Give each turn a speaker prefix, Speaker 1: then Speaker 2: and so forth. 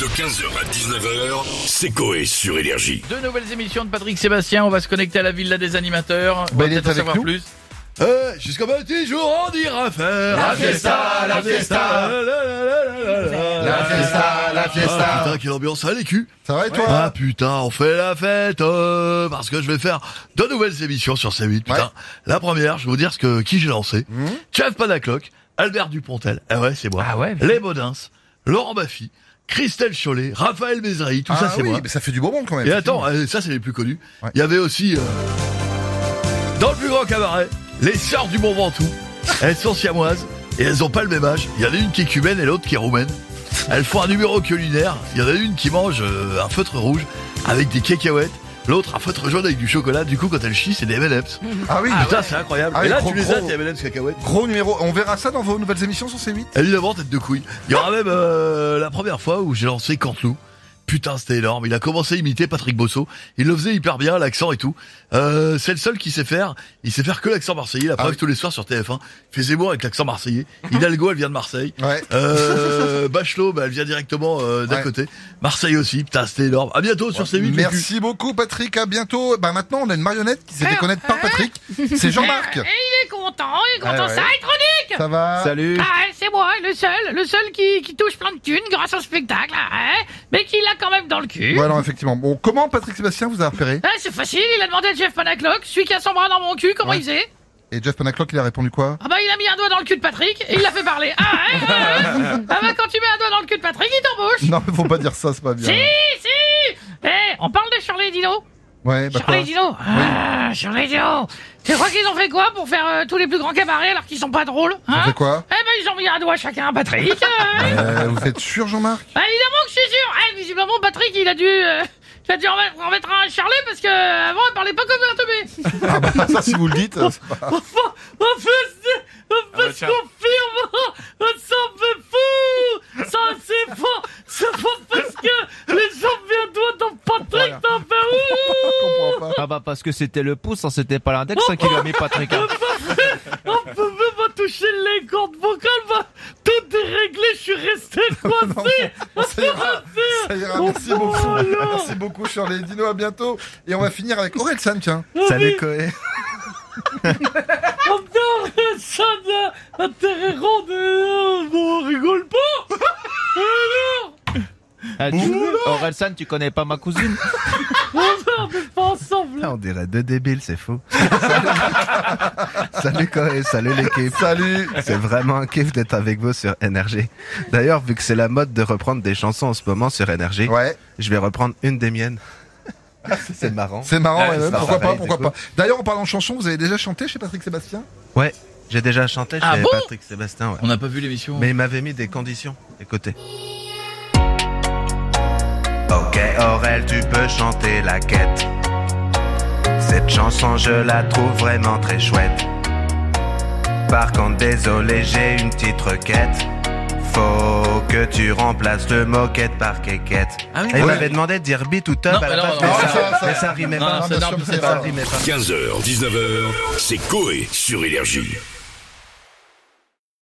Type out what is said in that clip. Speaker 1: De 15h à 19h, c'est Coé sur Énergie.
Speaker 2: Deux nouvelles émissions de Patrick Sébastien. On va se connecter à la villa des animateurs. On va
Speaker 3: Bah, il est
Speaker 2: peut-être en
Speaker 3: avec
Speaker 2: savoir
Speaker 3: nous.
Speaker 2: plus.
Speaker 3: Euh, jusqu'au petit jour, on dira faire
Speaker 4: La fiesta, la fiesta.
Speaker 3: La, la, la, la, la, la,
Speaker 4: La fiesta, la fiesta.
Speaker 3: Ah, putain, quelle ambiance, ah les culs
Speaker 4: Ça va et toi
Speaker 3: Ah putain, on fait la fête euh, Parce que je vais faire deux nouvelles émissions sur C8, putain.
Speaker 4: Ouais.
Speaker 3: La première, je vais vous dire ce que qui j'ai lancé.
Speaker 4: Hmm
Speaker 3: Jeff Panacloc, Albert Dupontel, ah ouais, c'est moi.
Speaker 2: Ah ouais,
Speaker 3: Les Baudins, Laurent Baffy, Christelle Chollet, Raphaël Bézrahi, tout ça
Speaker 4: Ah
Speaker 3: c'est
Speaker 4: oui,
Speaker 3: moi.
Speaker 4: mais ça fait du bonbon quand même.
Speaker 3: Et attends, euh, ça c'est les plus connus.
Speaker 4: Ouais.
Speaker 3: Il y avait aussi euh, dans le plus grand cabaret, les sœurs du Mont Ventoux. Elles sont siamoises et elles ont pas le même âge. Il y en a une qui est cubaine et l'autre qui est roumaine. Elles font un numéro culinaire. Il y en a une qui mange euh, un feutre rouge avec des cacahuètes, l'autre un feutre jaune avec du chocolat. Du coup, quand elle chie, c'est des M&M's.
Speaker 4: Ah oui,
Speaker 3: Putain, c'est incroyable.
Speaker 4: Ah
Speaker 3: et
Speaker 4: oui,
Speaker 3: là,
Speaker 4: gros,
Speaker 3: tu les as
Speaker 4: gros.
Speaker 3: tes M&M's cacahuètes.
Speaker 4: gros numéro. On verra ça dans vos nouvelles émissions sur C8
Speaker 3: Évidemment, tête de couille. Il y aura même euh, la première fois où j'ai lancé Cantelou. Putain, c'était énorme. Il a commencé à imiter Patrick Bosso. Il le faisait hyper bien, l'accent et tout. Euh, c'est le seul qui sait faire. Il sait faire que l'accent marseillais. La preuve,
Speaker 4: Ah oui.
Speaker 3: tous les soirs sur TF1. Faisait moi avec l'accent marseillais. Hidalgo, elle vient de Marseille.
Speaker 4: Ouais.
Speaker 3: Euh, Bachelot, bah, elle vient directement euh, d'à
Speaker 4: Ouais.
Speaker 3: côté. Marseille aussi. Putain, c'était énorme. À bientôt sur C8. les culs.
Speaker 4: Merci beaucoup Patrick, à bientôt. Bah maintenant on a une marionnette qui s'est fait connaître par Patrick. C'est Jean-Marc.
Speaker 5: Et il est content, il est
Speaker 4: Ah ouais.
Speaker 5: content. Ça va, Tronic
Speaker 4: Ça va
Speaker 2: Salut.
Speaker 5: Ah, ouais, c'est moi, le seul, le seul qui, qui touche plein de thunes grâce au spectacle, ah, ouais, mais qui l'a quand même dans le cul.
Speaker 4: Ouais, non, effectivement. Bon, comment Patrick Sébastien vous a repéré
Speaker 5: Ah, c'est facile, il a demandé à Jeff Panaclock, celui qui a son bras dans mon cul, comment
Speaker 4: Ouais.
Speaker 5: il faisait
Speaker 4: Et Jeff Panaclock, il a répondu quoi
Speaker 5: Ah bah il a mis un doigt dans le cul de Patrick et il l'a fait parler. Ah, ouais, ouais, ouais. ah bah quand tu mets un doigt dans le cul de Patrick, il t'embauche.
Speaker 4: Non, mais faut pas dire ça, c'est pas bien.
Speaker 5: Si, si Eh, on parle de Shirley et Dino
Speaker 4: Ouais, bah quoi
Speaker 5: Shirley et Dino Ah, Shirley et Dino Tu crois qu'ils ont fait quoi pour faire euh, tous les plus grands cabarets alors qu'ils sont pas drôles
Speaker 4: On
Speaker 5: hein
Speaker 4: fait quoi
Speaker 5: Eh ben ils ont mis un doigt chacun à Patrick. hein.
Speaker 4: Euh, Vous êtes sûr Jean-Marc
Speaker 5: Bah, évidemment que je suis sûr. Eh, visiblement Patrick il a dû, euh, il a dû en mettre, en mettre un à Charlie parce que euh, avant il parlait pas comme un teubé. Oh,
Speaker 4: Ah bah ça si vous le dites. c'est pas-
Speaker 5: Enfin, enfin, c'est- enfin, je confirme. oh, Ça me fait fou. Ça c'est faux. C'est faux parce que les gens viennent doigt dans Patrick.
Speaker 4: Voilà.
Speaker 5: Ça fait ouh.
Speaker 4: Je comprends pas.
Speaker 6: Ah bah parce que c'était le pouce, hein, c'était pas l'index hein, qui lui a mis Patrick. hein.
Speaker 5: On peut même pas toucher les cordes vocales. va tout dérégler. Je suis resté coincé.
Speaker 4: Ça ira, ça ira. Merci
Speaker 5: Oh,
Speaker 4: beaucoup.
Speaker 5: non.
Speaker 4: Merci beaucoup, Shirley. Dino, à bientôt. Et on va finir avec Aurel San, tiens.
Speaker 6: Salut Coé.
Speaker 5: Oh putain, ça n'a intérêt rond de... euh, On rigole pas Alors
Speaker 6: Ah, tu... Orelsan, tu connais pas ma cousine
Speaker 5: On n'est pas ensemble
Speaker 7: On dirait deux débiles, c'est fou. salut Corée, salut l'équipe.
Speaker 4: Salut.
Speaker 7: C'est vraiment un kiff d'être avec vous sur Énergie. D'ailleurs, vu que c'est la mode de reprendre des chansons en ce moment sur Énergie,
Speaker 4: Ouais,
Speaker 7: je vais reprendre une des miennes. Ah, c'est marrant.
Speaker 4: c'est marrant,
Speaker 2: Ah,
Speaker 4: ouais,
Speaker 7: Ouais, c'est
Speaker 4: ouais,
Speaker 7: marrant,
Speaker 4: pourquoi pas,
Speaker 7: pareil,
Speaker 4: pourquoi
Speaker 7: c'est
Speaker 4: pas. D'ailleurs, en parlant chanson, vous avez déjà chanté chez Patrick Sébastien
Speaker 7: J'ai déjà chanté chez
Speaker 2: Ah bon
Speaker 7: Patrick Sébastien, ouais.
Speaker 2: On n'a pas vu l'émission.
Speaker 7: Mais il m'avait mis des conditions. Écoutez. Ok Aurel, tu peux chanter la quête. Cette chanson, je la trouve vraiment très chouette. Par contre, désolé, j'ai une petite requête. Faut que tu remplaces le moquette par quéquette.
Speaker 2: Ah oui,
Speaker 7: Et il
Speaker 2: ouais.
Speaker 7: m'avait demandé de dire beat ou tub
Speaker 2: Non,
Speaker 7: à la
Speaker 2: non,
Speaker 7: place,
Speaker 2: non,
Speaker 7: mais
Speaker 4: non,
Speaker 7: ça-
Speaker 4: ça, ça-
Speaker 7: mais ça rimait
Speaker 2: Non,
Speaker 7: pas.
Speaker 2: c'est
Speaker 4: Ah, bien
Speaker 2: normal,
Speaker 4: sûr,
Speaker 2: c'est
Speaker 4: c'est
Speaker 7: Ça
Speaker 2: normal.
Speaker 7: rimait pas.
Speaker 1: 15h, 19h, c'est Coé sur Énergie.